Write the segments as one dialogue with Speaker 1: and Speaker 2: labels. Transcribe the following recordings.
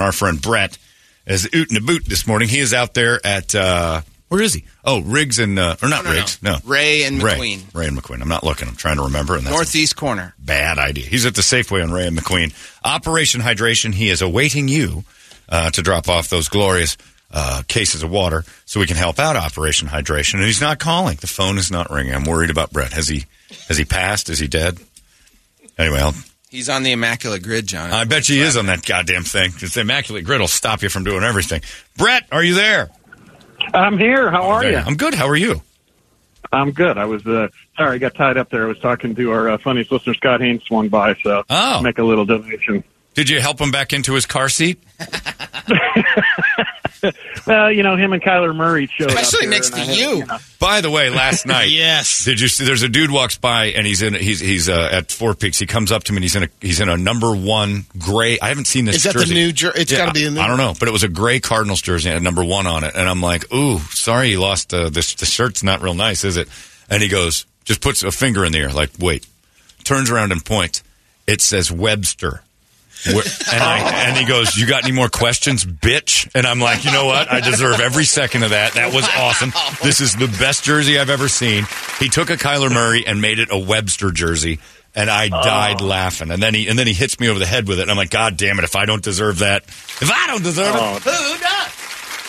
Speaker 1: our friend Brett is oot and a boot this morning. He is out there at uh, where is he? Oh, Riggs and uh, or not
Speaker 2: No, no,
Speaker 1: Riggs? No,
Speaker 2: no. Ray and
Speaker 1: Ray.
Speaker 2: McQueen.
Speaker 1: Ray and McQueen. I'm not looking. I'm trying to remember. And that's
Speaker 2: Northeast corner.
Speaker 1: a bad idea. He's at the Safeway on Ray and McQueen. Operation Hydration. He is awaiting you uh, to drop off those glorious. Uh, cases of water, so we can help out Operation Hydration. And he's not calling; the phone is not ringing. I'm worried about Brett. Has he? Has he passed? Is he dead? Anyway, I'll
Speaker 2: He's on the Immaculate Grid, John.
Speaker 1: I bet she is on that goddamn thing. Because the immaculate grid will stop you from doing everything. Brett, are you there?
Speaker 3: I'm here. How are you?
Speaker 1: I'm good. How are you?
Speaker 3: I'm good. I was uh, sorry I got tied up there. I was talking to our uh, funniest listener Scott Haynes swung by, so
Speaker 1: Oh.
Speaker 3: make a little donation.
Speaker 1: Did you help him back into his car seat?
Speaker 3: Well, you know, him and Kyler Murray showed
Speaker 2: Especially
Speaker 3: up there,
Speaker 2: next
Speaker 3: and I
Speaker 2: to
Speaker 3: had-
Speaker 2: you.
Speaker 1: By the way, last night.
Speaker 4: Yes.
Speaker 1: Did you see? There's a dude walks by and he's in. He's he's uh, at Four Peaks. He comes up to me and he's in a he's in a number one gray. I haven't seen this.
Speaker 4: Is that the
Speaker 1: jersey.
Speaker 4: new jer- it's
Speaker 1: Yeah,
Speaker 4: gotta be the new-
Speaker 1: I don't know, but it was a gray Cardinals jersey and number one on it. And I'm like, ooh, sorry, you lost. Uh, this the shirt's not real nice, is it? And he goes, just puts a finger in the air, like wait, turns around and points. It says Webster. Where- and, I, and he goes, "You got any more questions, bitch?" And I'm like, "You know what? I deserve every second of that. That was awesome. This is the best jersey I've ever seen." He took a Kyler Murray and made it a Webster jersey, and I died laughing. And then he and then he hits me over the head with it. And I'm like, "God damn it! If I don't deserve that, if I don't deserve it, who does?"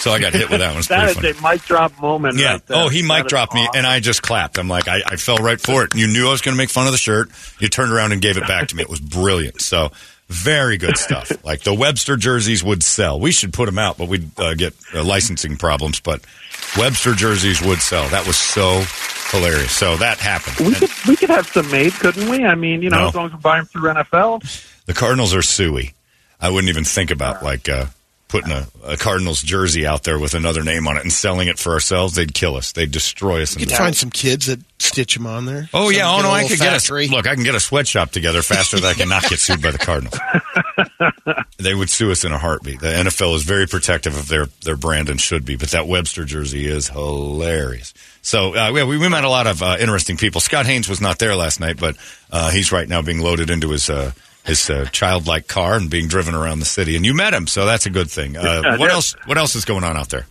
Speaker 1: So I got hit with that one. It's pretty
Speaker 3: That
Speaker 1: funny.
Speaker 3: is a mic drop moment.
Speaker 1: Yeah.
Speaker 3: right there.
Speaker 1: Oh, he mic
Speaker 3: That is
Speaker 1: dropped me, and I just clapped. I'm like, I, I fell right for it. You knew I was going to make fun of the shirt. You turned around and gave it back to me. It was brilliant. So, very good stuff. like the Webster jerseys would sell. We should put them out, but we'd uh, get uh, licensing problems. But Webster jerseys would sell. That was so hilarious. So that happened.
Speaker 3: We
Speaker 1: And
Speaker 3: could we could have some made, couldn't we? I mean, you know,
Speaker 1: No.
Speaker 3: as long as we buy them through NFL.
Speaker 1: the Cardinals are suey. I wouldn't even think about like uh, putting a, a Cardinals jersey out there with another name on it and selling it for ourselves. They'd kill us. They'd destroy us. in
Speaker 4: You
Speaker 1: the
Speaker 4: could find some kids that stitch them on there.
Speaker 1: Oh
Speaker 4: Some
Speaker 1: yeah, oh
Speaker 4: get a
Speaker 1: no, I
Speaker 4: little
Speaker 1: could
Speaker 4: factory.
Speaker 1: get a look. I can get a sweatshop together faster than I can not get sued by the Cardinals. they would sue us in a heartbeat. The NFL is very protective of their their brand and should be, but that Webster jersey is hilarious. So uh, yeah, we, we met a lot of uh, interesting people. Scott Haynes was not there last night, but uh, he's right now being loaded into his. Uh, his uh, childlike car and being driven around the city, and you met him, so that's a good thing. Uh,
Speaker 3: Yeah,
Speaker 1: what
Speaker 3: yeah.
Speaker 1: else? What else is going on out there?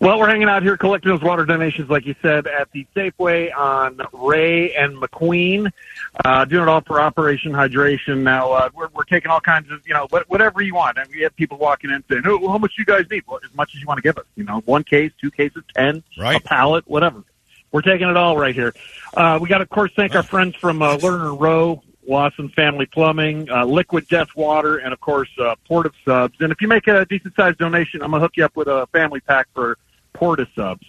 Speaker 3: Well, we're hanging out here collecting those water donations, like you said, at the Safeway on Ray and McQueen, uh, doing it all for Operation Hydration. Now uh, we're, we're taking all kinds of, you know, what, whatever you want. And we have people walking in saying, "Oh, how much do you guys need? Well, as much as you want to give us. You know, one case, two cases, ten, a
Speaker 1: Right.
Speaker 3: pallet, whatever. We're taking it all right here. Uh, we got to, of course, thank our friends from uh, Lerner Row, Lawson Family Plumbing, uh, Liquid Death Water, and of course, uh, Port of Subs. And if you make a decent sized donation, I'm gonna hook you up with a family pack for Port of Subs.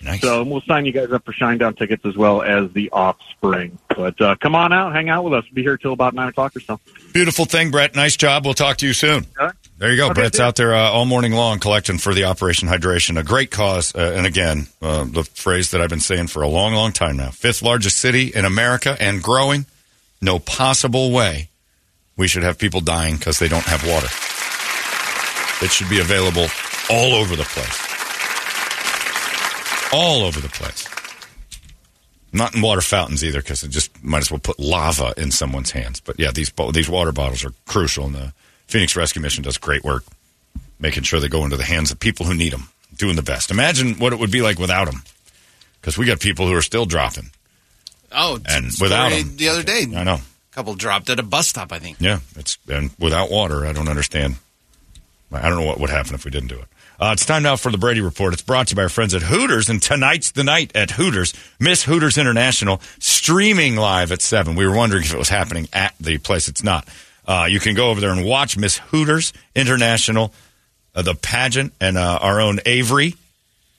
Speaker 1: Nice.
Speaker 3: So and we'll sign you guys up for Shinedown tickets as well as the Offspring. But uh, come on out, hang out with us. We'll be here till about nine o'clock or so.
Speaker 1: Beautiful thing, Brett. Nice job. We'll talk to you soon.
Speaker 3: Okay.
Speaker 1: There you go.
Speaker 3: Okay,
Speaker 1: Brett's
Speaker 3: see ya.
Speaker 1: out there uh, all morning long collecting for the Operation Hydration, a great cause. Uh, and again, uh, the phrase that I've been saying for a long, long time now fifth largest city in America and growing. No possible way we should have people dying because they don't have water. It should be available all over the place. All over the place. Not in water fountains either, because it just might as well put lava in someone's hands. But yeah, these bo- these water bottles are crucial, and the Phoenix Rescue Mission does great work, making sure they go into the hands of people who need them, doing the best. Imagine what it would be like without them, because we got people who are still dropping.
Speaker 2: Oh,
Speaker 1: And
Speaker 2: story
Speaker 1: without him,
Speaker 2: the other day,
Speaker 1: I know.
Speaker 2: couple dropped at a bus stop. I think.
Speaker 1: Yeah, it's and without water, I don't understand. I don't know what would happen if we didn't do it. Uh, it's time now for the Brady Report. It's brought to you by our friends at Hooters, and tonight's the night at Hooters, Miss Hooters International, streaming live at seven. We were wondering if it was happening at the place. It's not. Uh, you can go over there and watch Miss Hooters International, uh, the pageant, and uh, our own Avery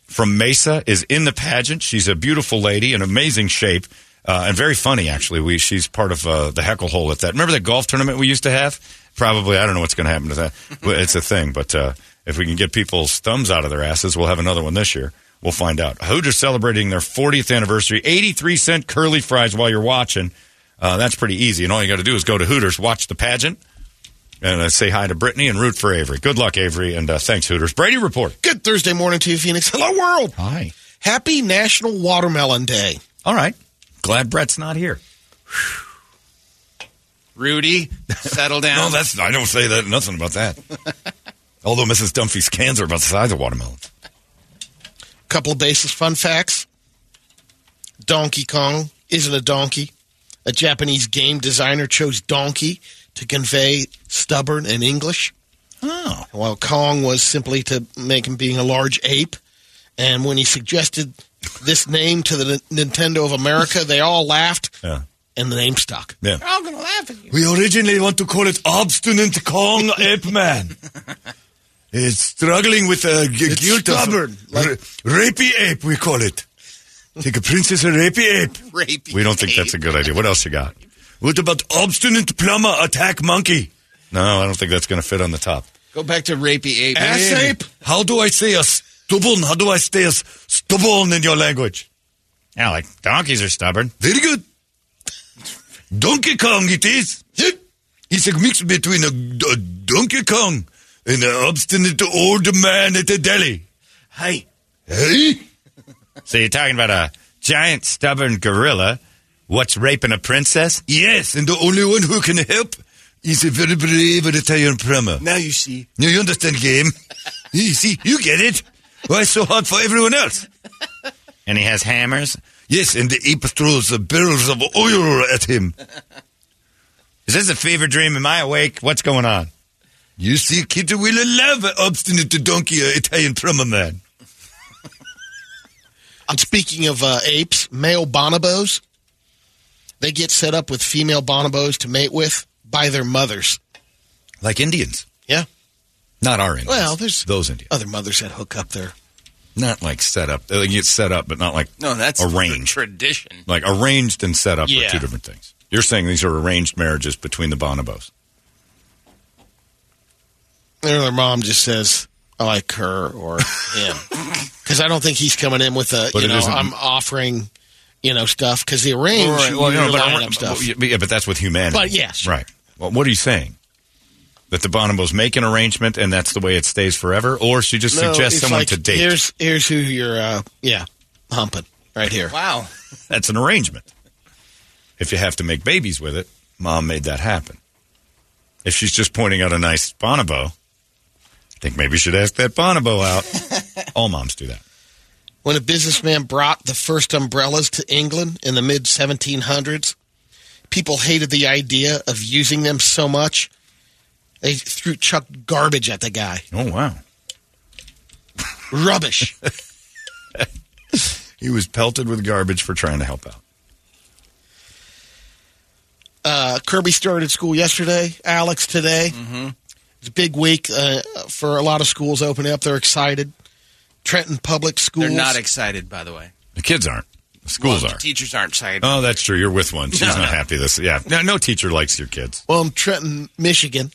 Speaker 1: from Mesa is in the pageant. She's a beautiful lady in amazing shape uh, and very funny, actually. We, she's part of uh, the heckle hole at that. Remember that golf tournament we used to have? Probably, I don't know what's going to happen to that. Well, it's a thing, but uh, if we can get people's thumbs out of their asses, we'll have another one this year. We'll find out. Hooters celebrating their 40th anniversary. 83 cent curly fries while you're watching. Uh, that's pretty easy. And all you got to do is go to Hooters, watch the pageant, and uh, say hi to Brittany and root for Avery. Good luck, Avery, and uh, thanks, Hooters. Brady reporting.
Speaker 4: Good Thursday morning to you, Phoenix. Hello, world.
Speaker 1: Hi.
Speaker 4: Happy National Watermelon Day.
Speaker 1: All right. Glad Brett's not here.
Speaker 2: Rudy, settle down.
Speaker 1: No, that's I don't say that nothing about that. Although Mrs. Dunphy's cans are about the size of watermelons.
Speaker 4: Couple of basis fun facts. Donkey Kong isn't a donkey. A Japanese game designer chose donkey to convey stubborn in English.
Speaker 1: Oh.
Speaker 4: while Kong was simply to make him being a large ape. And when he suggested this name to the N- Nintendo of America, they all laughed,
Speaker 1: Yeah.
Speaker 4: and the name stuck.
Speaker 1: Yeah.
Speaker 2: I'm going to laugh at you.
Speaker 1: We originally want to call it Obstinate Kong Ape Man. It's struggling with a g-
Speaker 4: It's stubborn, like-
Speaker 1: rapey ape, we call it. Take a princess and rapey ape.
Speaker 2: Rapey
Speaker 1: We don't think that's a good idea. What else you got? What about Obstinate Plumber Attack Monkey? No, I don't think that's going to fit on the top.
Speaker 2: Go back to rapey ape.
Speaker 1: Ass ape? How do I say a stubborn? How do I say a stubborn in your language? Yeah, like donkeys are stubborn. Very good. Donkey Kong it is. It's a mix between a, a Donkey Kong and an obstinate old man at a deli. Hey. Hey? so you're talking about a giant stubborn gorilla what's raping a princess? Yes, and the only one who can help is a very brave Italian plumber.
Speaker 5: Now you see.
Speaker 1: No, you understand game. you see, you get it. Why so hard for everyone else? And he has hammers? Yes, and the ape throws the barrels of oil at him. Is this a fever dream? Am I awake? What's going on? You see, Kitty will love an obstinate donkey uh, Italian plumber man.
Speaker 4: And speaking of uh, apes, male bonobos, they get set up with female bonobos to mate with by their mothers.
Speaker 1: Like Indians.
Speaker 4: Yeah.
Speaker 1: Not our Indians.
Speaker 4: Well, there's
Speaker 1: those Indians.
Speaker 4: other mothers that hook up their
Speaker 1: Uh, Not like set up. They get set up, but not like
Speaker 2: No, that's
Speaker 1: arranged.
Speaker 2: tradition.
Speaker 1: Like arranged and set up are
Speaker 4: Yeah.
Speaker 1: two different things. You're saying these are arranged marriages between the bonobos.
Speaker 4: or their mom just says, "I like her or him," because I don't think he's coming in with a
Speaker 1: But
Speaker 4: you
Speaker 1: it
Speaker 4: know
Speaker 1: isn't-
Speaker 4: I'm offering you know stuff because the arrange well,
Speaker 1: you know, but
Speaker 4: lining
Speaker 1: I'm-
Speaker 4: up stuff.
Speaker 1: but- but- yeah, but that's with humanity.
Speaker 4: But yes.
Speaker 1: right. Well, what are you saying? That the bonobos make an arrangement and that's the way it stays forever, or she just
Speaker 4: No,
Speaker 1: suggests
Speaker 4: it's
Speaker 1: someone
Speaker 4: like,
Speaker 1: to date.
Speaker 4: Here's here's who you're uh, yeah humping right here.
Speaker 2: Wow.
Speaker 1: That's an arrangement. If you have to make babies with it, mom made that happen. If she's just pointing out a nice bonobo, I think maybe you should ask that bonobo out. All moms do that.
Speaker 4: When a businessman brought the first umbrellas to England in the mid 1700s, people hated the idea of using them so much they threw chuck garbage at the guy.
Speaker 1: Oh wow,
Speaker 4: Rubbish.
Speaker 1: he was pelted with garbage for trying to help out.
Speaker 4: Uh, Kirby started school yesterday. Alex today.
Speaker 2: Mm-hmm.
Speaker 4: It's a big week uh, for a lot of schools opening up. They're excited. Trenton Public Schools.
Speaker 2: They're not excited, by the way.
Speaker 1: The kids aren't. The schools
Speaker 2: Well,
Speaker 1: are.
Speaker 2: the teachers aren't excited.
Speaker 1: Oh, that's true. You're with one. She's
Speaker 2: No,
Speaker 1: not
Speaker 2: no.
Speaker 1: happy. This, yeah. No, no teacher likes your kids.
Speaker 4: well, in Trenton, Michigan,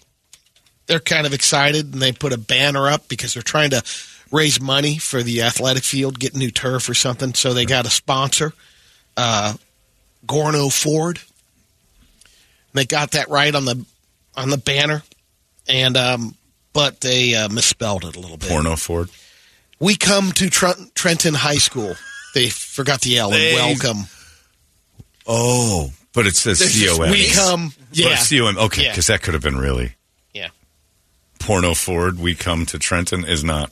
Speaker 4: they're kind of excited, and they put a banner up because they're trying to raise money for the athletic field, get new turf or something. So they got a sponsor, uh, Gorno Ford. They got that right on the on the banner, and um, but they uh, misspelled it a little bit.
Speaker 1: Porno Ford.
Speaker 4: We come to Trent- Trenton High School. They forgot the L
Speaker 1: They-
Speaker 4: and welcome.
Speaker 1: Oh, but it says C O M. E.
Speaker 4: We come. Yeah.
Speaker 1: But C O M. E, Okay,
Speaker 4: Yeah.
Speaker 1: because that could have been really
Speaker 4: Yeah.
Speaker 1: Porno Ford. We come to Trenton is not.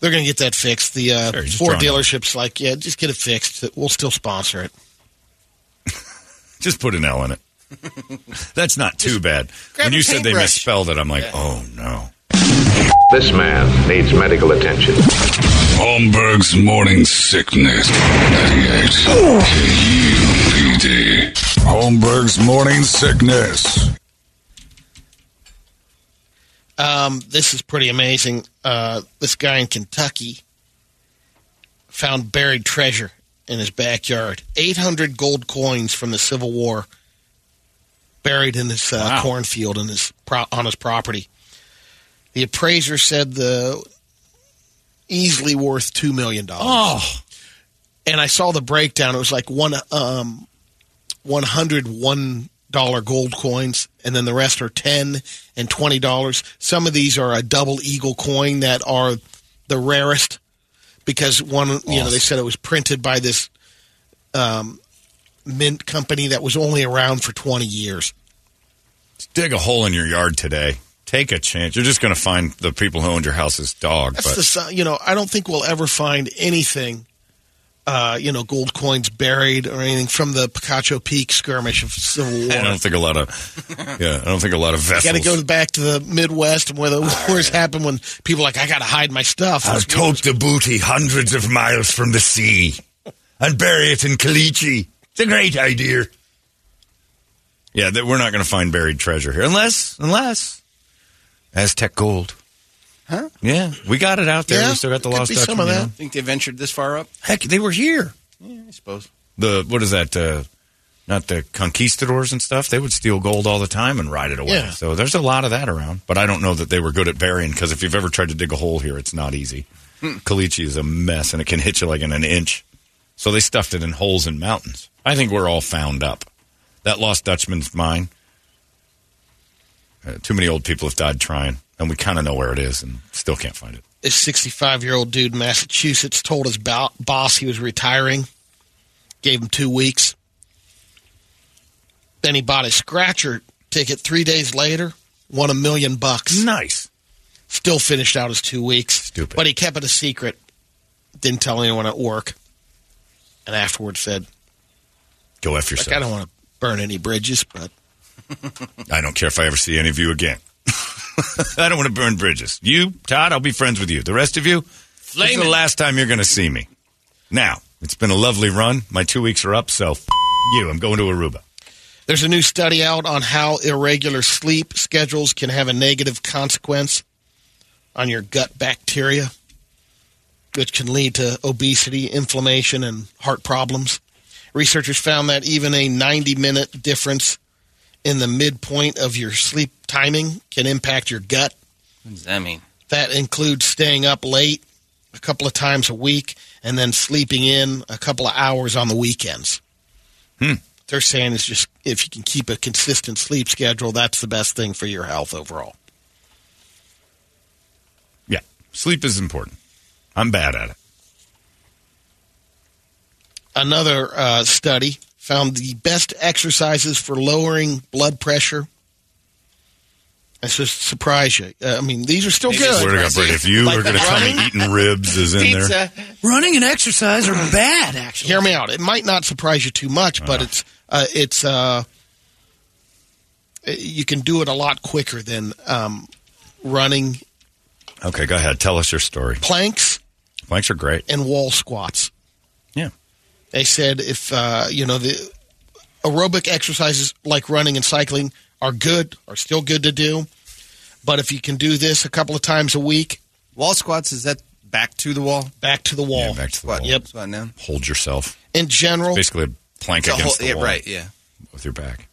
Speaker 4: They're going to get that fixed. The uh,
Speaker 1: Sure, just
Speaker 4: Ford
Speaker 1: drawing it.
Speaker 4: dealership's like, yeah, just get it fixed. We'll still sponsor it.
Speaker 1: Just put an L in it. That's not too bad.
Speaker 2: grab
Speaker 1: When
Speaker 2: a
Speaker 1: you said they
Speaker 2: paintbrush.
Speaker 1: misspelled it, I'm like, oh no.
Speaker 6: This man needs medical attention.
Speaker 7: Holmberg's Morning Sickness. 98. KUPD. Holmberg's Morning Sickness.
Speaker 4: Um, this is pretty amazing. uh, this guy in Kentucky found buried treasure in his backyard 800 gold coins from the Civil War buried in this uh,
Speaker 1: Wow.
Speaker 4: cornfield in his pro- on his property. The appraiser said the easily worth $2 million.
Speaker 1: Oh,
Speaker 4: And I saw the breakdown. It was like one um, 101 dollar gold coins and then the rest are 10 and 20 dollars some of these are a double eagle coin that are the rarest because one you know they said it was printed by this um, mint company that was only around for 20 years
Speaker 1: dig a hole in your yard today. Take a chance. You're just going to find the people who owned your house's dog.
Speaker 4: that's
Speaker 1: but
Speaker 4: the si- you know i don't think we'll ever find anything uh, you know gold coins buried or anything from the picacho peak skirmish of civil war
Speaker 1: I don't think a lot of yeah, I don't think a lot of vessels.
Speaker 4: Got to go back to the Midwest and where the wars happen when people are like I got to hide my stuff.
Speaker 1: I'll tote the booty hundreds of miles from the sea and bury it in Caliche. It's a great idea. Yeah, that we're not going to find buried treasure here, unless unless Aztec gold. Huh? Yeah, we got it out there.
Speaker 4: Yeah,
Speaker 1: we still got the
Speaker 4: could
Speaker 1: lost
Speaker 4: be some
Speaker 1: Dutchman,
Speaker 4: of
Speaker 1: you
Speaker 4: that.
Speaker 1: know?
Speaker 2: Think they ventured this far up?
Speaker 1: Heck, they were here.
Speaker 2: Yeah, I suppose.
Speaker 1: The what is that? Uh, not the conquistadors and stuff. They would steal gold all the time and ride it away.
Speaker 4: Yeah.
Speaker 1: So there's a lot of that around. But I don't know that they were good at burying because if you've ever tried to dig a hole here, it's not easy. Caliche is a mess and it can hit you like in an inch. So they stuffed it in holes in mountains. I think we're all found up. That lost Dutchman's mine. Uh, too many old people have died trying, and we kind of know where it is and still can't find it.
Speaker 4: This 65 year old dude in Massachusetts told his bo- boss he was retiring, gave him two weeks. Then he bought a scratcher ticket three days later, won a million bucks.
Speaker 1: Nice.
Speaker 4: Still finished out his two weeks.
Speaker 1: Stupid.
Speaker 4: But he kept it a secret. Didn't tell anyone at work. And afterwards said,
Speaker 1: Go F
Speaker 4: like,
Speaker 1: yourself.
Speaker 4: I don't want to burn any bridges, but
Speaker 1: I don't care if I ever see any of you again. I don't want to burn bridges. You, Todd, I'll be friends with you. The rest of you, this is the last time you're going to see me. Now, it's been a lovely run. My two weeks are up, so f- you. I'm going to Aruba.
Speaker 4: There's a new study out on how irregular sleep schedules can have a negative consequence on your gut bacteria, which can lead to obesity, inflammation, and heart problems. Researchers found that even a 90 minute difference in the midpoint of your sleep timing can impact your gut.
Speaker 2: What does that mean?
Speaker 4: That includes staying up late a couple of times a week and then sleeping in a couple of hours on the weekends. They're saying is just if you can keep a consistent sleep schedule, that's the best thing for your health overall.
Speaker 1: Yeah, sleep is important. I'm bad at it.
Speaker 4: Another uh, study found the best exercises for lowering blood pressure. That's just surprise you. Uh, I mean, these are still
Speaker 2: Maybe
Speaker 4: good.
Speaker 2: it's
Speaker 1: Swear to God, Brady, if you
Speaker 4: Like
Speaker 1: are going to
Speaker 4: the
Speaker 1: tell me eating ribs is in there,
Speaker 5: Running and exercise are bad, actually.
Speaker 4: hear me out. It might not surprise you too much,
Speaker 1: Uh-huh.
Speaker 4: but it's uh, it's uh, you can do it a lot quicker than um, running
Speaker 1: okay, go ahead. Tell us your story.
Speaker 4: planks
Speaker 1: Planks are great.
Speaker 4: and wall squats.
Speaker 1: Yeah,
Speaker 4: They said if uh, you know the aerobic exercises like running and cycling are good, are still good to do, but if you can do this a couple of times a week,
Speaker 2: Wall squats, is that back to the wall?
Speaker 4: back to the wall.
Speaker 1: yeah back to the
Speaker 2: What?
Speaker 1: wall.
Speaker 4: Yep.
Speaker 2: Squat down?
Speaker 1: Hold yourself.
Speaker 4: In general,
Speaker 1: Basically, a plank
Speaker 2: It's a
Speaker 1: against
Speaker 2: whole-
Speaker 1: the
Speaker 2: yeah,
Speaker 1: wall
Speaker 2: right, yeah.
Speaker 1: with your back.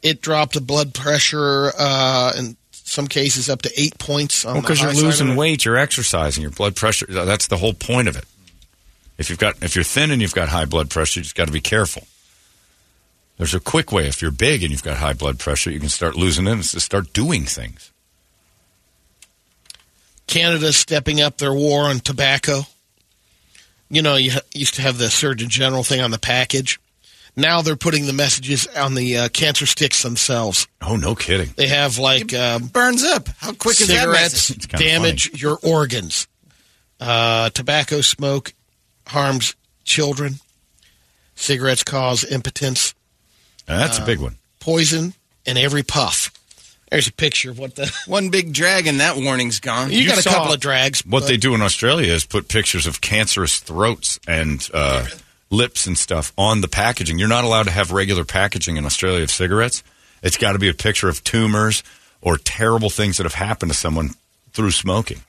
Speaker 4: it dropped the blood pressure uh, in some cases up to eight points. On
Speaker 1: Well,
Speaker 4: the
Speaker 1: because you're
Speaker 4: high side of
Speaker 1: losing
Speaker 4: it.
Speaker 1: weight, you're exercising, your blood pressure. That's the whole point of it. If you've got, if you're thin and you've got high blood pressure, you just got to be careful. There's a quick way. If you're big and you've got high blood pressure, you can start losing it. It's to start doing things.
Speaker 4: Canada's stepping up their war on tobacco. You know, you ha- used to have the Surgeon General thing on the package. Now they're putting the messages on the uh, cancer sticks themselves.
Speaker 1: Oh, no kidding.
Speaker 4: They have like um,
Speaker 2: Burns up. How quick is that
Speaker 4: cigarettes
Speaker 2: message?
Speaker 1: It's kinda
Speaker 4: damage your organs. Uh, tobacco smoke harms children. Cigarettes cause impotence,
Speaker 1: Now, that's a big one.
Speaker 4: poison, and every puff. There's a picture of what the.
Speaker 2: One big drag and that warning's gone.
Speaker 4: You, got a
Speaker 1: saw
Speaker 4: couple of drags.
Speaker 1: What
Speaker 4: but-
Speaker 1: they do in Australia is put pictures of cancerous throats and uh, lips and stuff on the packaging. You're not allowed to have regular packaging in Australia of cigarettes. It's got to be a picture of tumors or terrible things that have happened to someone through smoking.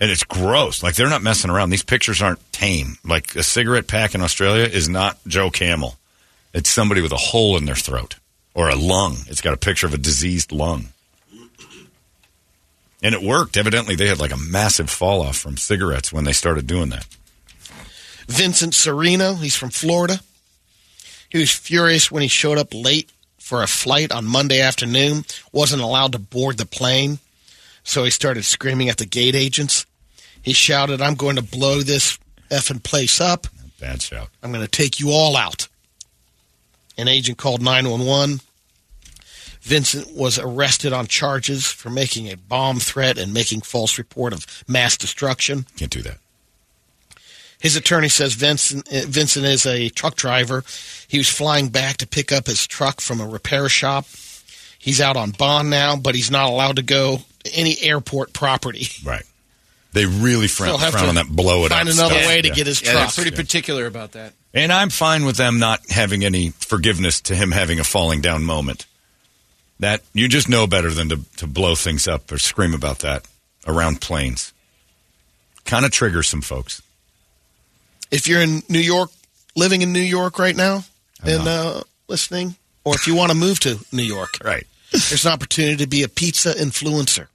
Speaker 1: And it's gross. Like they're not messing around. These pictures aren't tame. Like a cigarette pack in Australia is not Joe Camel. It's somebody with a hole in their throat or a lung. It's got a picture of a diseased lung. And it worked. Evidently, they had like a massive fall off from cigarettes when they started doing that.
Speaker 4: Vincent Sereno, he's from Florida. He was furious when he showed up late for a flight on Monday afternoon, wasn't allowed to board the plane, so he started screaming at the gate agents. He shouted, I'm going to blow this effing place up.
Speaker 1: Bad shout.
Speaker 4: I'm going to take you all out. An agent called 911. Vincent was arrested on charges for making a bomb threat and making false report of mass destruction.
Speaker 1: Can't do that.
Speaker 4: His attorney says Vincent uh, Vincent is a truck driver. He was flying back to pick up his truck from a repair shop. He's out on bond now, but he's not allowed to go to any airport property.
Speaker 1: Right. They really
Speaker 4: He'll
Speaker 1: frown,
Speaker 4: have
Speaker 1: frown
Speaker 4: to
Speaker 1: on that blow it
Speaker 4: Find
Speaker 1: up.
Speaker 4: another
Speaker 1: stuff.
Speaker 4: way to
Speaker 1: Yeah.
Speaker 4: get his
Speaker 2: Yeah,
Speaker 4: truck.
Speaker 2: they're pretty particular about that.
Speaker 1: And I'm fine with them not having any forgiveness to him having a falling down moment. That you just know better than to, to blow things up or scream about that around planes. Kind of triggers some folks.
Speaker 4: if you're in New York, living in New York right now,
Speaker 1: I'm
Speaker 4: and
Speaker 1: not.
Speaker 4: uh, listening, or if you want to move to New York,
Speaker 1: Right.
Speaker 4: there's an opportunity to be a pizza influencer.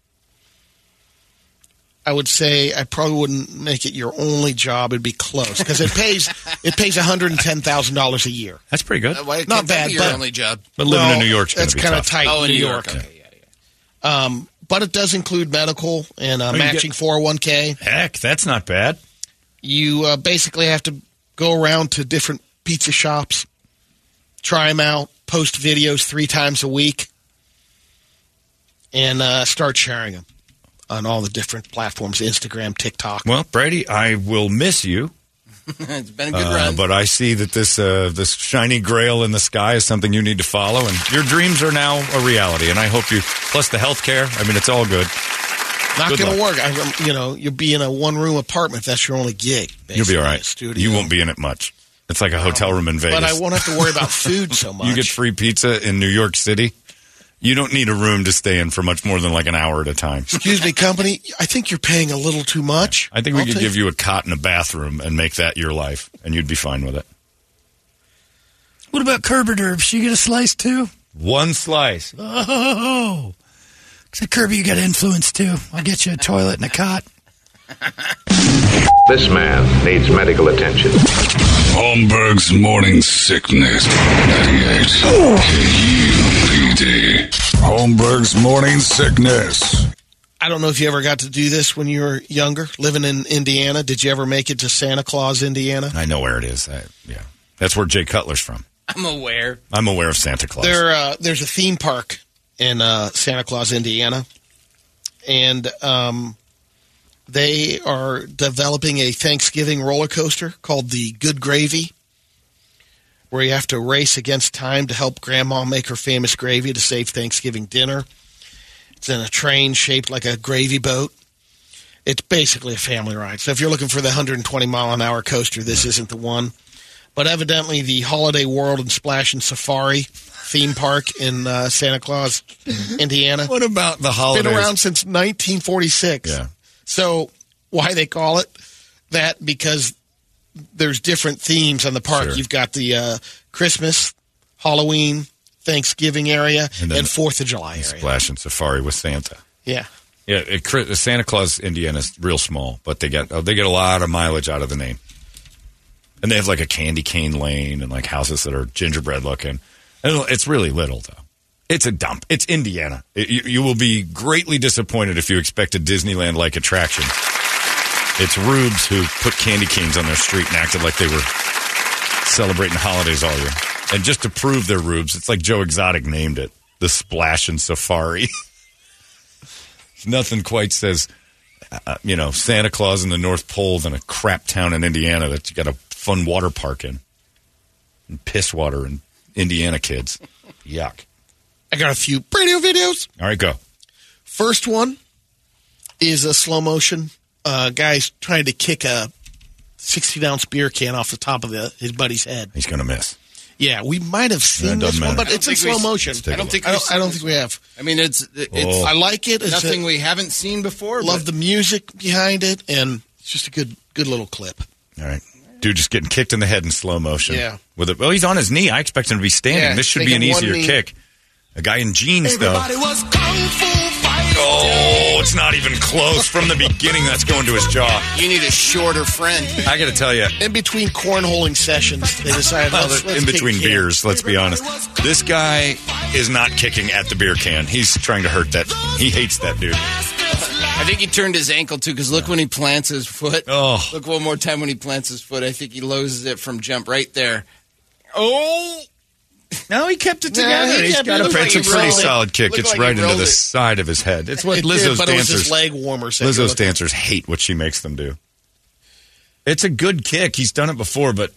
Speaker 4: I would say I probably wouldn't make it your only job. It'd be close because it pays it pays one hundred and ten thousand dollars a year.
Speaker 1: That's pretty good.
Speaker 2: Uh, Why can't
Speaker 4: Not
Speaker 2: that
Speaker 4: bad,
Speaker 2: be your
Speaker 4: but-
Speaker 2: only job?
Speaker 1: But living
Speaker 4: Well,
Speaker 1: in New York's going
Speaker 4: that's
Speaker 1: to be
Speaker 4: kind
Speaker 1: tough.
Speaker 4: of tight.
Speaker 2: Oh,
Speaker 4: in New York,
Speaker 2: Okay, yeah, yeah.
Speaker 4: um, but it does include medical and uh,
Speaker 1: Oh, you get-
Speaker 4: matching four hundred one k.
Speaker 1: Heck, that's not bad.
Speaker 4: You uh, basically have to go around to different pizza shops, try them out, post videos three times a week, and uh, start sharing them on all the different platforms: Instagram, TikTok.
Speaker 1: Well, Brady, I will miss you.
Speaker 2: it's been a good
Speaker 1: Uh,
Speaker 2: run.
Speaker 1: but I see that this uh, this shiny grail in the sky is something you need to follow, and your dreams are now a reality. And I hope you. Plus the health care. I mean, it's all good.
Speaker 4: Not
Speaker 1: good
Speaker 4: going to
Speaker 1: luck.
Speaker 4: work. I, um, you know, you'll be in a one room apartment. if That's your only gig.
Speaker 1: You'll be all
Speaker 4: basically,
Speaker 1: right.
Speaker 4: a Studio.
Speaker 1: You won't be in it much. It's like a hotel room in Vegas.
Speaker 4: But I won't have to worry about food so much.
Speaker 1: you get free pizza in New York City. You don't need a room to stay in for much more than like an hour at a time.
Speaker 4: Excuse me, company. I think you're paying a little too much.
Speaker 1: I think we
Speaker 4: I'll
Speaker 1: could
Speaker 4: take-
Speaker 1: give you a cot in a bathroom and make that your life, and you'd be fine with it.
Speaker 5: What about Curb and Herb? She get a slice too?
Speaker 1: One slice.
Speaker 5: Oh. Because Kirby, you got influence too. I'll get you a toilet and a cot.
Speaker 6: This man needs medical attention.
Speaker 7: Holmberg's Morning Sickness. 98. K-U-P-D. Holmberg's Morning Sickness.
Speaker 4: I don't know if you ever got to do this when you were younger, living in Indiana. Did you ever make it to Santa Claus, Indiana?
Speaker 1: I know where it is. I, yeah, that's where Jay Cutler's from.
Speaker 2: I'm aware.
Speaker 1: I'm aware of Santa Claus.
Speaker 4: There, uh, there's a theme park in uh, Santa Claus, Indiana, and um, they are developing a Thanksgiving roller coaster called the Good Gravy, where you have to race against time to help Grandma make her famous gravy to save Thanksgiving dinner. It's in a train shaped like a gravy boat. It's basically a family ride. So if you're looking for the 120 mile an hour coaster, this isn't the one but evidently the Holiday World and Splash and Safari theme park in uh, Santa Claus,
Speaker 1: Mm-hmm.
Speaker 4: Indiana,
Speaker 1: what about the holidays?
Speaker 4: been around since 1946.
Speaker 1: Yeah.
Speaker 4: So why they call it that? Because there's different themes on the park.
Speaker 1: Sure.
Speaker 4: You've got the uh, Christmas, Halloween, Thanksgiving area,
Speaker 1: And
Speaker 4: and,
Speaker 1: then
Speaker 4: Fourth of July area.
Speaker 1: Splash and Safari with Santa.
Speaker 4: Yeah.
Speaker 1: Yeah, it, Chris- uh, Santa Claus, Indiana's real small, but they get oh, they get a lot of mileage out of the name, and they have like a candy cane lane and like houses that are gingerbread looking. And it- it's really little though. It's a dump. It's Indiana. It- you, you will be greatly disappointed if you expect a Disneyland like attraction. It's rubes who put candy canes on their street and acted like they were celebrating holidays all year. And just to prove they're rubes, it's like Joe Exotic named it the Splash and Safari. nothing quite says, uh, you know, Santa Claus in the North Pole than a crap town in Indiana that you got a fun water park in. And piss water and Indiana kids. Yuck.
Speaker 4: I got a few radio videos.
Speaker 1: All right, go.
Speaker 4: First one is a slow motion. Uh, guy's trying to kick a 16 ounce beer can off the top of the, his buddy's head.
Speaker 1: He's going to miss.
Speaker 4: Yeah, we might have
Speaker 1: Yeah, it doesn't
Speaker 4: seen this one,
Speaker 1: matter.
Speaker 4: but it's in
Speaker 2: think we-
Speaker 4: slow motion.
Speaker 1: Let's take
Speaker 2: I don't
Speaker 1: a
Speaker 2: think
Speaker 4: I
Speaker 2: we've
Speaker 4: don't,
Speaker 2: seen
Speaker 4: I don't
Speaker 2: this
Speaker 4: think we have.
Speaker 2: I mean, it's it's
Speaker 1: Oh.
Speaker 4: I like it. It's
Speaker 2: nothing
Speaker 4: a-
Speaker 2: we haven't seen before.
Speaker 4: love
Speaker 2: but
Speaker 4: the music behind it, and it's just a good good little clip.
Speaker 1: All right. Dude just getting kicked in the head in slow motion.
Speaker 4: Yeah.
Speaker 1: With a, well, he's on his knee. I expect him to be standing.
Speaker 4: Yeah,
Speaker 1: this should
Speaker 4: they
Speaker 1: be an
Speaker 4: get one
Speaker 1: easier
Speaker 4: knee.
Speaker 1: kick. A guy in jeans, though.
Speaker 5: was kung fu fighting.
Speaker 1: Oh, it's not even close. From the beginning, that's going to his jaw.
Speaker 2: You need a shorter friend.
Speaker 1: I got to tell you,
Speaker 4: In between cornholing sessions, they decided
Speaker 1: Well,
Speaker 4: let's, let's
Speaker 1: in
Speaker 4: kick
Speaker 1: between
Speaker 4: can.
Speaker 1: beers, let's be honest. This guy is not kicking at the beer can. He's trying to hurt that. He hates that dude.
Speaker 2: I think he turned his ankle too, because look when he plants his foot.
Speaker 1: Oh.
Speaker 2: Look one more time when he plants his foot. I think he loses it from jump right there. Oh,
Speaker 1: No, he kept it
Speaker 4: together. he He's kept- got it a- looked like
Speaker 1: It's a
Speaker 4: he
Speaker 1: pretty
Speaker 4: rolled it.
Speaker 1: solid kick.
Speaker 4: Looked
Speaker 1: It's
Speaker 4: like
Speaker 1: right
Speaker 4: he
Speaker 1: into
Speaker 4: rolled
Speaker 1: the
Speaker 4: it.
Speaker 1: side of his head. It's what
Speaker 4: It
Speaker 1: Lizzo's
Speaker 4: did, but it was
Speaker 1: dancers.
Speaker 4: just leg warmers. that you're
Speaker 1: Lizzo's
Speaker 4: looking-
Speaker 1: dancers hate what she makes them do. It's a good kick. He's done it before, but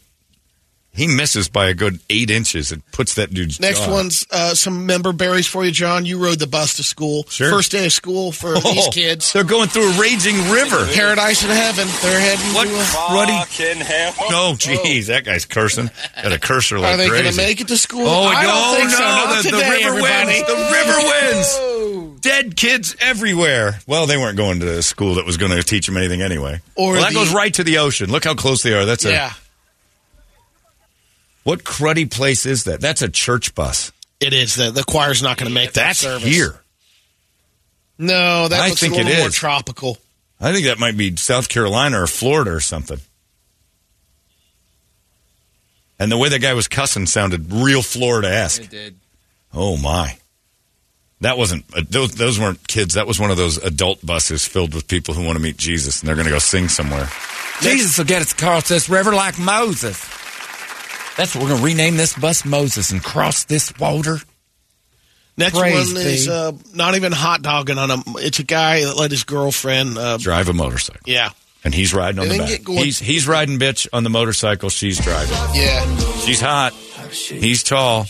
Speaker 1: he misses by a good eight inches. It puts that dude's
Speaker 4: Next
Speaker 1: jaw.
Speaker 4: one's uh, some member berries for you, John. You rode the bus to school.
Speaker 1: Sure.
Speaker 4: First day of school for
Speaker 1: Oh,
Speaker 4: these kids.
Speaker 1: They're going through a raging river.
Speaker 4: Paradise in heaven. They're heading
Speaker 1: What
Speaker 4: to a-
Speaker 1: cruddy? No, jeez, Oh, that guy's cursing. Got a cursor like
Speaker 4: Are they going to
Speaker 1: crazy.
Speaker 4: make it to school?
Speaker 1: Oh,
Speaker 4: I don't
Speaker 1: no,
Speaker 4: think so.
Speaker 1: no,
Speaker 4: Not
Speaker 1: the, the
Speaker 4: today,
Speaker 1: river
Speaker 4: everybody.
Speaker 1: wins. The river wins. Dead kids everywhere. Well, they weren't going to a school that was going to teach them anything anyway.
Speaker 4: Or
Speaker 1: well, that
Speaker 4: the-
Speaker 1: goes right to the ocean. Look how close they are. That's
Speaker 4: Yeah,
Speaker 1: a what cruddy place is that? That's a church bus.
Speaker 4: it is. The, the choir's not going to make that
Speaker 1: That's
Speaker 4: service.
Speaker 1: here.
Speaker 4: No, that
Speaker 1: I
Speaker 4: looks
Speaker 1: think
Speaker 4: a little
Speaker 1: it
Speaker 4: more
Speaker 1: is.
Speaker 4: tropical.
Speaker 1: I think that might be South Carolina or Florida or something. And the way that guy was cussing sounded real Florida esque.
Speaker 2: it did.
Speaker 1: Oh my. That wasn't uh, those. Those weren't kids. That was one of those adult buses filled with people who want to meet Jesus, and they're going to go sing somewhere.
Speaker 5: Jesus will get us across this river like Moses. That's what we're going to rename this bus Moses and cross this water.
Speaker 4: Next
Speaker 5: Praise
Speaker 4: one is
Speaker 5: thee.
Speaker 4: uh, not even hot dogging on him. It's a guy that let his girlfriend. Uh,
Speaker 1: Drive a motorcycle,
Speaker 4: yeah,
Speaker 1: and he's riding on
Speaker 4: They
Speaker 1: the back.
Speaker 4: didn't get going-
Speaker 1: He's he's riding bitch on the motorcycle. She's driving.
Speaker 4: yeah.
Speaker 1: She's hot. He's tall.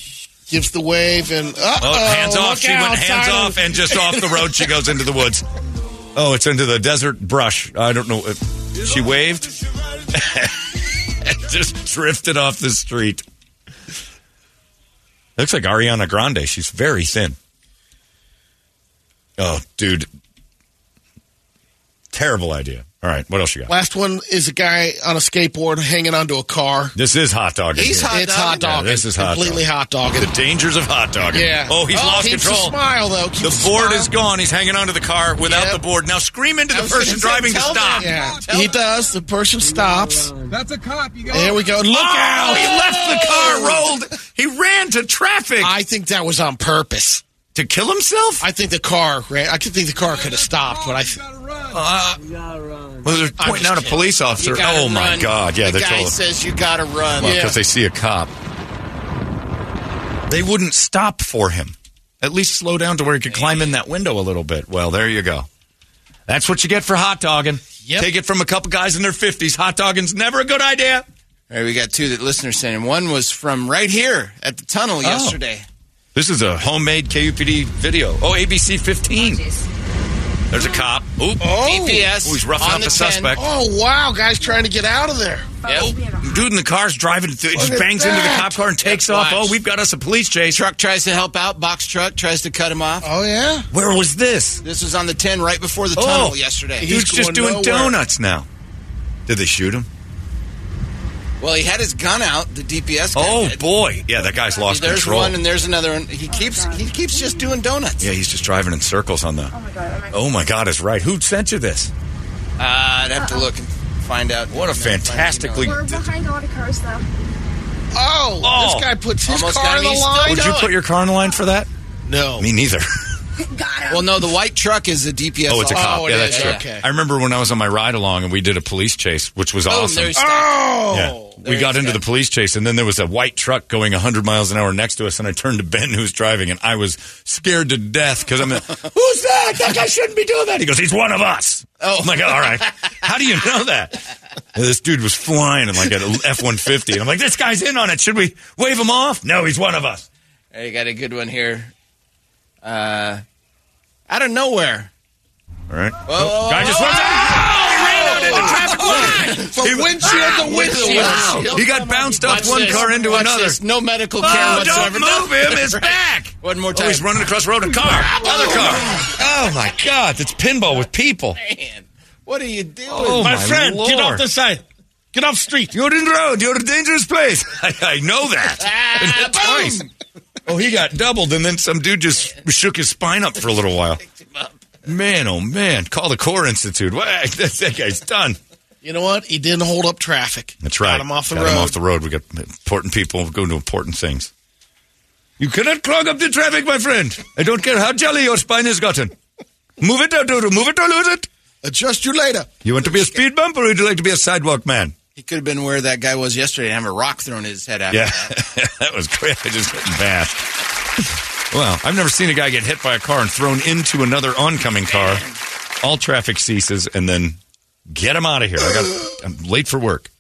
Speaker 4: Gives the wave and uh
Speaker 1: Oh, hands off! She went hands off and just off the road. She goes into the woods. Oh, it's into the desert brush. I don't know. Uh, She waved. just drifted off the street. Looks like Ariana Grande. She's very thin. Oh, dude. Terrible idea. All right, what else you got?
Speaker 4: Last one is a guy on a skateboard hanging onto a car.
Speaker 1: This is hot dog.
Speaker 2: He's hot
Speaker 4: it's
Speaker 2: dogging?
Speaker 4: hot
Speaker 1: Yeah,
Speaker 4: dogging.
Speaker 1: this is hot
Speaker 4: completely
Speaker 1: dogging.
Speaker 4: hot dogging.
Speaker 1: The dangers of hot dog.
Speaker 4: Yeah.
Speaker 1: Oh, he's lost
Speaker 4: keeps
Speaker 1: control.
Speaker 4: A smile
Speaker 2: Oh,
Speaker 4: though. Keeps
Speaker 1: The
Speaker 4: a
Speaker 1: board
Speaker 4: smile.
Speaker 1: is gone. He's hanging onto the car without
Speaker 4: Yep.
Speaker 1: the board. Now scream into the
Speaker 2: was gonna
Speaker 1: person
Speaker 2: say,
Speaker 1: driving to
Speaker 2: tell them.
Speaker 1: stop.
Speaker 4: Yeah, he does. The person stops. That's a cop. You there we go. Look
Speaker 1: Oh,
Speaker 4: out! Oh.
Speaker 1: he left the car rolled. He ran to traffic
Speaker 4: I think that was on purpose.
Speaker 1: to kill himself.
Speaker 4: I think the car. Ran, I could think the car could have stopped, but I.
Speaker 1: well, Uh, they're
Speaker 4: I'm
Speaker 1: pointing
Speaker 4: just
Speaker 1: out a
Speaker 4: kidding.
Speaker 1: police officer.
Speaker 2: You gotta
Speaker 1: Oh my
Speaker 2: run.
Speaker 1: God! Yeah,
Speaker 2: the
Speaker 1: they
Speaker 2: guy
Speaker 1: told him
Speaker 2: says you gotta run.
Speaker 1: because
Speaker 4: yeah.
Speaker 1: they see a cop. They wouldn't stop for him. At least slow down to where he could climb in that window a little bit. Well, there you go. That's what you get for hot dogging.
Speaker 4: Yep.
Speaker 1: Take it from a couple guys in their fifties. Hot dogging's never a good idea.
Speaker 2: All right, we got two that listeners sent in. One was from right here at the
Speaker 4: Oh.
Speaker 2: tunnel yesterday.
Speaker 1: This is a homemade KUPD video. Oh, ABC 15. There's a cop. Oop.
Speaker 2: DPS
Speaker 1: Oh, he's roughing
Speaker 2: on
Speaker 1: up
Speaker 2: the
Speaker 1: a
Speaker 2: 10.
Speaker 1: suspect.
Speaker 4: Oh wow, guys, trying to get out of there.
Speaker 1: Oh, dude in the car's driving. Through, it just
Speaker 4: at
Speaker 1: bangs into the
Speaker 4: that.
Speaker 1: cop car and takes
Speaker 2: Yep,
Speaker 1: off.
Speaker 2: watch.
Speaker 1: Oh, we've got us a police chase.
Speaker 2: Truck tries to help out. Box truck tries to cut him off.
Speaker 4: Oh yeah.
Speaker 1: Where was this?
Speaker 2: This was on the 10 right before the tunnel
Speaker 1: oh,
Speaker 2: yesterday.
Speaker 1: Dude's just
Speaker 4: going
Speaker 1: doing
Speaker 4: nowhere.
Speaker 1: donuts now. Did they shoot him?
Speaker 2: well, he had his gun out, the DPS guy.
Speaker 1: Oh
Speaker 2: did.
Speaker 1: boy, yeah, that guy's lost
Speaker 2: There's
Speaker 1: control.
Speaker 2: one and there's another one. He keeps he keeps just doing donuts.
Speaker 1: yeah, he's just driving in circles on the. Oh my god! Oh my god! Is right. Who sent you this?
Speaker 2: Uh, I'd have to look and find out.
Speaker 1: What a
Speaker 2: Find out.
Speaker 1: fantastically.
Speaker 8: We're behind a lot of cars though.
Speaker 4: Oh,
Speaker 1: Oh.
Speaker 4: this guy puts his
Speaker 2: Almost
Speaker 4: car
Speaker 2: got
Speaker 4: in the
Speaker 2: me stuck.
Speaker 4: line.
Speaker 1: Would you put your car in the line for that?
Speaker 4: no.
Speaker 1: Me neither.
Speaker 2: Well, no, the white truck is the DPS.
Speaker 1: Oh, it's a
Speaker 2: officer.
Speaker 1: cop.
Speaker 4: Oh, it
Speaker 1: yeah,
Speaker 4: is.
Speaker 1: that's true.
Speaker 4: Okay.
Speaker 1: I remember when I was on my ride along and we did a police chase, which was
Speaker 4: Oh,
Speaker 2: Boom,
Speaker 1: awesome.
Speaker 2: there he stopped.
Speaker 1: Yeah. We
Speaker 2: There
Speaker 1: got
Speaker 2: he's
Speaker 1: into
Speaker 2: got-
Speaker 1: the police chase, and then there was a white truck going 100 miles an hour next to us, and I turned to Ben, who was driving, and I was scared to death because I'm like, who's that? That guy shouldn't be doing that. He goes, he's one of us. Oh. I'm like, all right. How do you know that? And this dude was flying in like an F-150, and I'm like, this guy's in on it. Should we wave him off? No, he's one of us.
Speaker 2: I got a good one here. Uh, out of nowhere.
Speaker 1: All right. Oh, guy just runs out. Oh, he ran out into traffic.
Speaker 4: The windshield, the windshield.
Speaker 2: Wow.
Speaker 1: He got bounced off
Speaker 2: Watch
Speaker 1: one
Speaker 2: this.
Speaker 1: car into
Speaker 2: Watch
Speaker 1: another.
Speaker 2: this. No medical care
Speaker 1: Oh, don't
Speaker 2: whatsoever.
Speaker 1: move him. It's
Speaker 2: Right.
Speaker 1: back.
Speaker 2: One more
Speaker 1: Oh, he's
Speaker 2: time.
Speaker 1: running across the road in a car. Another car. Oh, my God. It's pinball with people.
Speaker 2: Man, what are you doing?
Speaker 1: Oh,
Speaker 8: My,
Speaker 1: my
Speaker 8: friend, get off
Speaker 1: Lord.
Speaker 8: the side. Get off the street.
Speaker 1: You're in the road. You're in a dangerous place. I, I know that.
Speaker 2: Ah,
Speaker 1: Twice. Oh, he got doubled, and then some dude just shook his spine up for a little while. Man, oh man! Call the Core Institute. What? That guy's done.
Speaker 4: You know what? He didn't hold up traffic.
Speaker 1: That's right.
Speaker 4: Got him off the
Speaker 1: Got
Speaker 4: road.
Speaker 1: Him off the road. We got important people going to important things. You cannot clog up the traffic, my friend. I don't care how jelly your spine has gotten. Move it or do move it or lose it.
Speaker 4: Adjust you later.
Speaker 1: You want to be a speed bump, or would you like to be a sidewalk man?
Speaker 2: He could have been where that guy was yesterday and have a rock thrown at his head after
Speaker 1: Yeah,
Speaker 2: that.
Speaker 1: that was great. I just couldn't pass. Wow, I've never seen a guy get hit by a car and thrown into another oncoming car. All traffic ceases, and then get him out of here. I got, I'm late for work.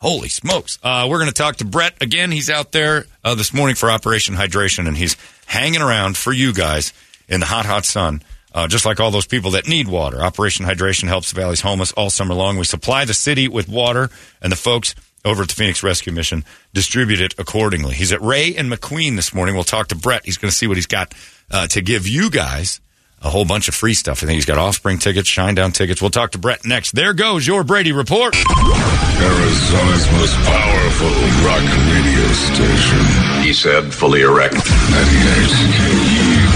Speaker 1: Holy smokes! Uh, we're going to talk to Brett again. He's out there uh, this morning for Operation Hydration, and he's hanging around for you guys in the hot, hot sun. Uh, just like all those people that need water. Operation Hydration helps the Valley's homeless all summer long. We supply the city with water, and the folks over at the Phoenix Rescue Mission distribute it accordingly. He's at Ray and McQueen this morning. We'll talk to Brett. He's going to see what he's got uh, to give you guys a whole bunch of free stuff. I think he's got offspring tickets, shine down tickets. We'll talk to Brett next. There goes your Brady report.
Speaker 7: Arizona's most powerful rock radio station.
Speaker 6: He said, fully erect.
Speaker 7: 98 KU.